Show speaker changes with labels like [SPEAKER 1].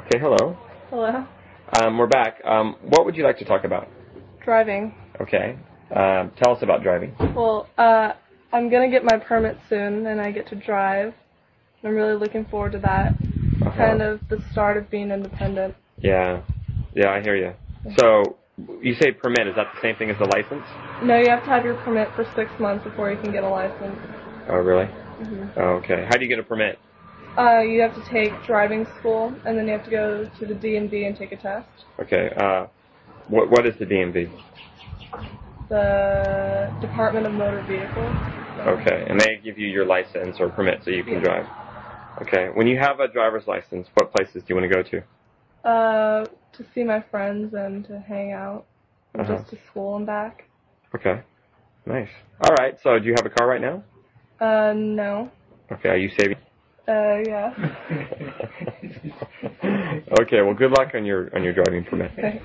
[SPEAKER 1] Okay, hello.
[SPEAKER 2] Hello.
[SPEAKER 1] Um, we're back. Um, what would you like to talk about?
[SPEAKER 2] Driving.
[SPEAKER 1] Okay. Um, tell us about driving.
[SPEAKER 2] Well, uh, I'm gonna get my permit soon, and I get to drive. I'm really looking forward to that.
[SPEAKER 1] Uh-huh.
[SPEAKER 2] Kind of the start of being independent.
[SPEAKER 1] Yeah. Yeah, I hear you. So, you say permit. Is that the same thing as the license?
[SPEAKER 2] No, you have to have your permit for six months before you can get a license.
[SPEAKER 1] Oh, really? Oh, okay. How do you get a permit?
[SPEAKER 2] Uh, you have to take driving school, and then you have to go to the DMV and take a test.
[SPEAKER 1] Okay. Uh, what What is the DMV?
[SPEAKER 2] The Department of Motor Vehicles.
[SPEAKER 1] Okay. And they give you your license or permit so you can
[SPEAKER 2] Yeah.
[SPEAKER 1] drive. Okay. When you have a driver's license, what places do you want to go to?
[SPEAKER 2] Uh, to see my friends and to hang out, and
[SPEAKER 1] Uh-huh.
[SPEAKER 2] just to school and back.
[SPEAKER 1] Okay. Nice. All right. So, do you have a car right now?
[SPEAKER 2] Uh, no.
[SPEAKER 1] Okay. Are you saving?
[SPEAKER 2] Uh, yeah.
[SPEAKER 1] okay. Well, good luck on your on your driving permit.